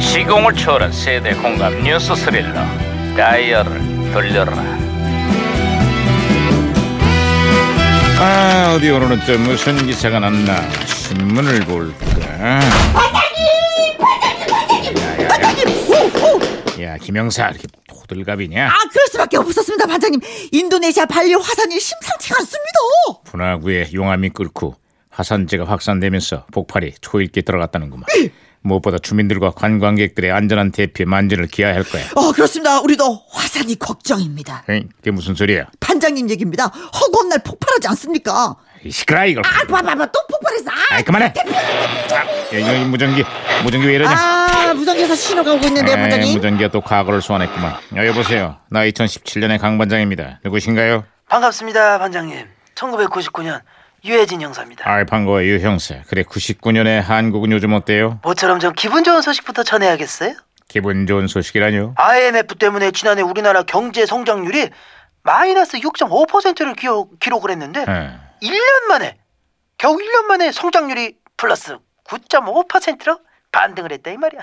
시공을 초월한 세대 공감 뉴스 스릴러 다이얼을 돌려라 아 어디 오늘은 또 무슨 기사가 났나 신문을 볼까 야 김영사 이렇게 호들갑이냐 아, 그럴 수밖에 없었습니다, 반장님. 인도네시아 발리 화산이 심상치가 않습니다. 분화구에 용암이 끓고 화산재가 확산되면서 폭발이 초일기에 들어갔다는구만 무엇보다 주민들과 관광객들의 안전한 대피에 만전을 기해야 할 거야 어, 그렇습니다. 우리도 화산이 걱정입니다. 에이, 그게 무슨 소리야 반장님 얘기입니다. 허구한 날 폭발하지 않습니까? 이 시끄라 이걸 아, 봐봐봐, 또 폭발했어. 아, 아이 그만해 야, 이거 이 무전기 무전기 왜 이러냐 아 무전기에서 신호가 오고 네, 있는데, 요 에이, 반장님. 무전기가 네, 또 과거를 소환했구만. 여, 여보세요. 나 2017년의 강 반장입니다. 누구신가요? 반갑습니다, 반장님. 1999년 유해진 형사입니다. 아이 반가워 유 형사. 그래 99년의 한국은 요즘 어때요? 모처럼 좀 기분 좋은 소식부터 전해야겠어요? 기분 좋은 소식이라뇨? IMF 때문에 지난해 우리나라 경제 성장률이 마이너스 6.5%를 기록, 기록을 했는데 예. 1년 만에 겨우 1년 만에 성장률이 플러스 9.5%로 반등을 했다 이 말이야.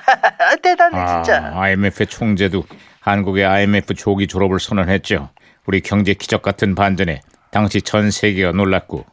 대단해 진짜. 아, IMF 총재도 한국의 IMF 조기 졸업을 선언했죠. 우리 경제 기적 같은 반전에 당시 전 세계가 놀랐고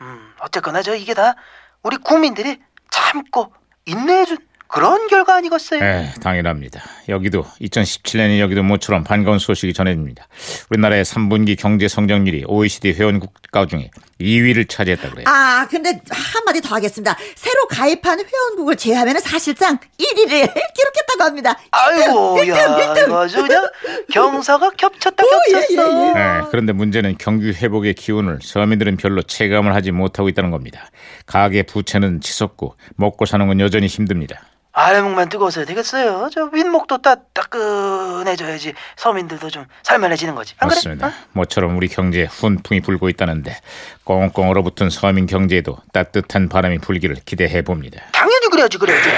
음, 어쨌거나 저 이게 다 우리 국민들이 참고 인내해준 그런 결과 아니겠어요? 에, 예, 당연합니다. 여기도 2017년이 여기도 모처럼 반가운 소식이 전해집니다. 우리나라의 3분기 경제 성장률이 OECD 회원 국가 중에 2위를 차지했다 그래요. 아, 근데 한마디 더 하겠습니다. 새로 가입한 회원국을 제외하면 사실상 1위를 기록했다고 합니다. 아이고, 일등, 일등, 야, 일등. 이거 아주 그냥 경사가 겹쳤다 예, 예, 겹쳤어. 예. 예, 그런데 문제는 경기 회복의 기운을 서민들은 별로 체감을 하지 못하고 있다는 겁니다. 가계 부채는 치솟고 먹고 사는 건 여전히 힘듭니다. 아랫목만 뜨거워서 되겠어요. 저 윗목도 따, 따끈해져야지 서민들도 좀 살만해지는 거지. 아, 안 그래? 어? 맞습니다. 모처럼 우리 경제에 훈풍이 불고 있다는데 꽁꽁 얼어붙은 서민 경제에도 따뜻한 바람이 불기를 기대해 봅니다. 당연히 그래야지 그래야지.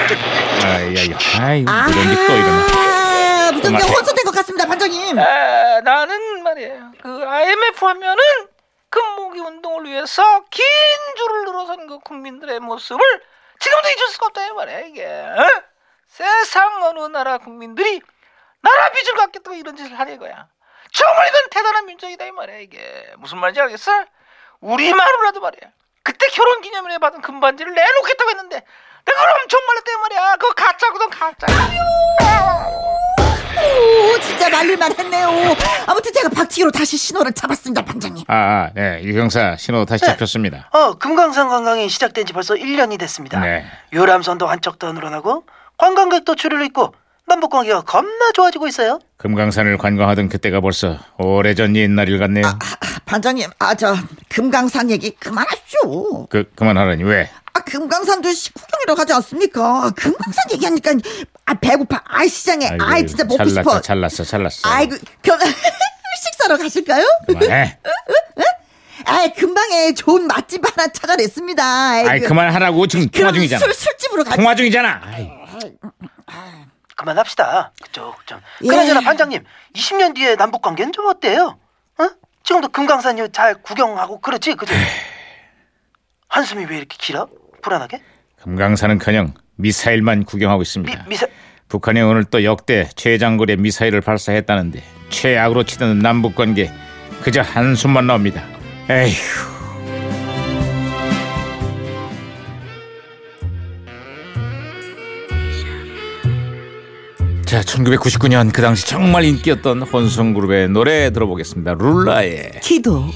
저- 아이야, 아이, 아, 무전기 또 이러네. 무전기 정말. 혼선된 것 같습니다, 반장님. 아, 나는 말이야. 그 IMF 하면은 금모기 운동을 위해서 긴 줄을 늘어선 그 국민들의 모습을 지금도 잊을 수가 없다 이 말이야 이게. 어? 세상 어느 나라 국민들이 나라 빚을 갚겠다고 이런 짓을 하는 거야. 정말 이건 대단한 민족이다 이 말이야 이게. 무슨 말인지 알겠어? 우리만으로라도 말이야. 그때 결혼 기념일에 받은 금반지를 내놓겠다고 했는데 내가 엄청 말렸다 이 말이야. 그거 가짜거든 가짜. 오, 진짜 날릴만 했네요. 아무튼 제가 박치기로 다시 신호를 잡았습니다, 반장님. 아, 아, 네, 유 형사 신호 다시 네. 잡혔습니다. 어, 금강산 관광이 시작된 지 벌써 1년이 됐습니다. 네. 요람선도 한척 더 늘어나고 관광객도 줄을 잇고 남북 관계가 겁나 좋아지고 있어요. 금강산을 관광하던 그때가 벌써 오래전 옛날 일 같네요. 아, 반장님, 아, 저, 금강산 얘기 그만하시죠. 그 그만하라니 왜? 아, 금강산도 식구경이라고 하지 않습니까? 금강산 얘기하니까, 아, 배고파. 아이, 시장에. 아이, 아이고, 진짜 먹고 잘났어, 싶어. 잘났어, 잘났어. 아이고, 그럼, 식사로 가실까요? 그만해. 아이, 금방에 좋은 맛집 하나 찾아냈습니다. 아이고. 아이 그만하라고 지금 통화 그럼 중이잖아. 술, 술집으로 가 통화 중이잖아. 아이, 그만합시다. 그쪽 좀. 예. 그나저나 반장님, 20년 뒤에 남북 관계는 좀 어때요? 어? 지금도 금강산 이잘 구경하고 그렇지, 그죠? 한숨이 왜 이렇게 길어? 불안하게? 금강산은커녕 미사일만 구경하고 있습니다. 미, 미사 북한이 오늘 또 역대 최장거리의 미사일을 발사했다는데 최악으로 치던 남북 관계 그저 한숨만 나옵니다. 에휴. 자, 1999년 그 당시 정말 인기였던 혼성그룹의 노래 들어보겠습니다. 룰라의 기도.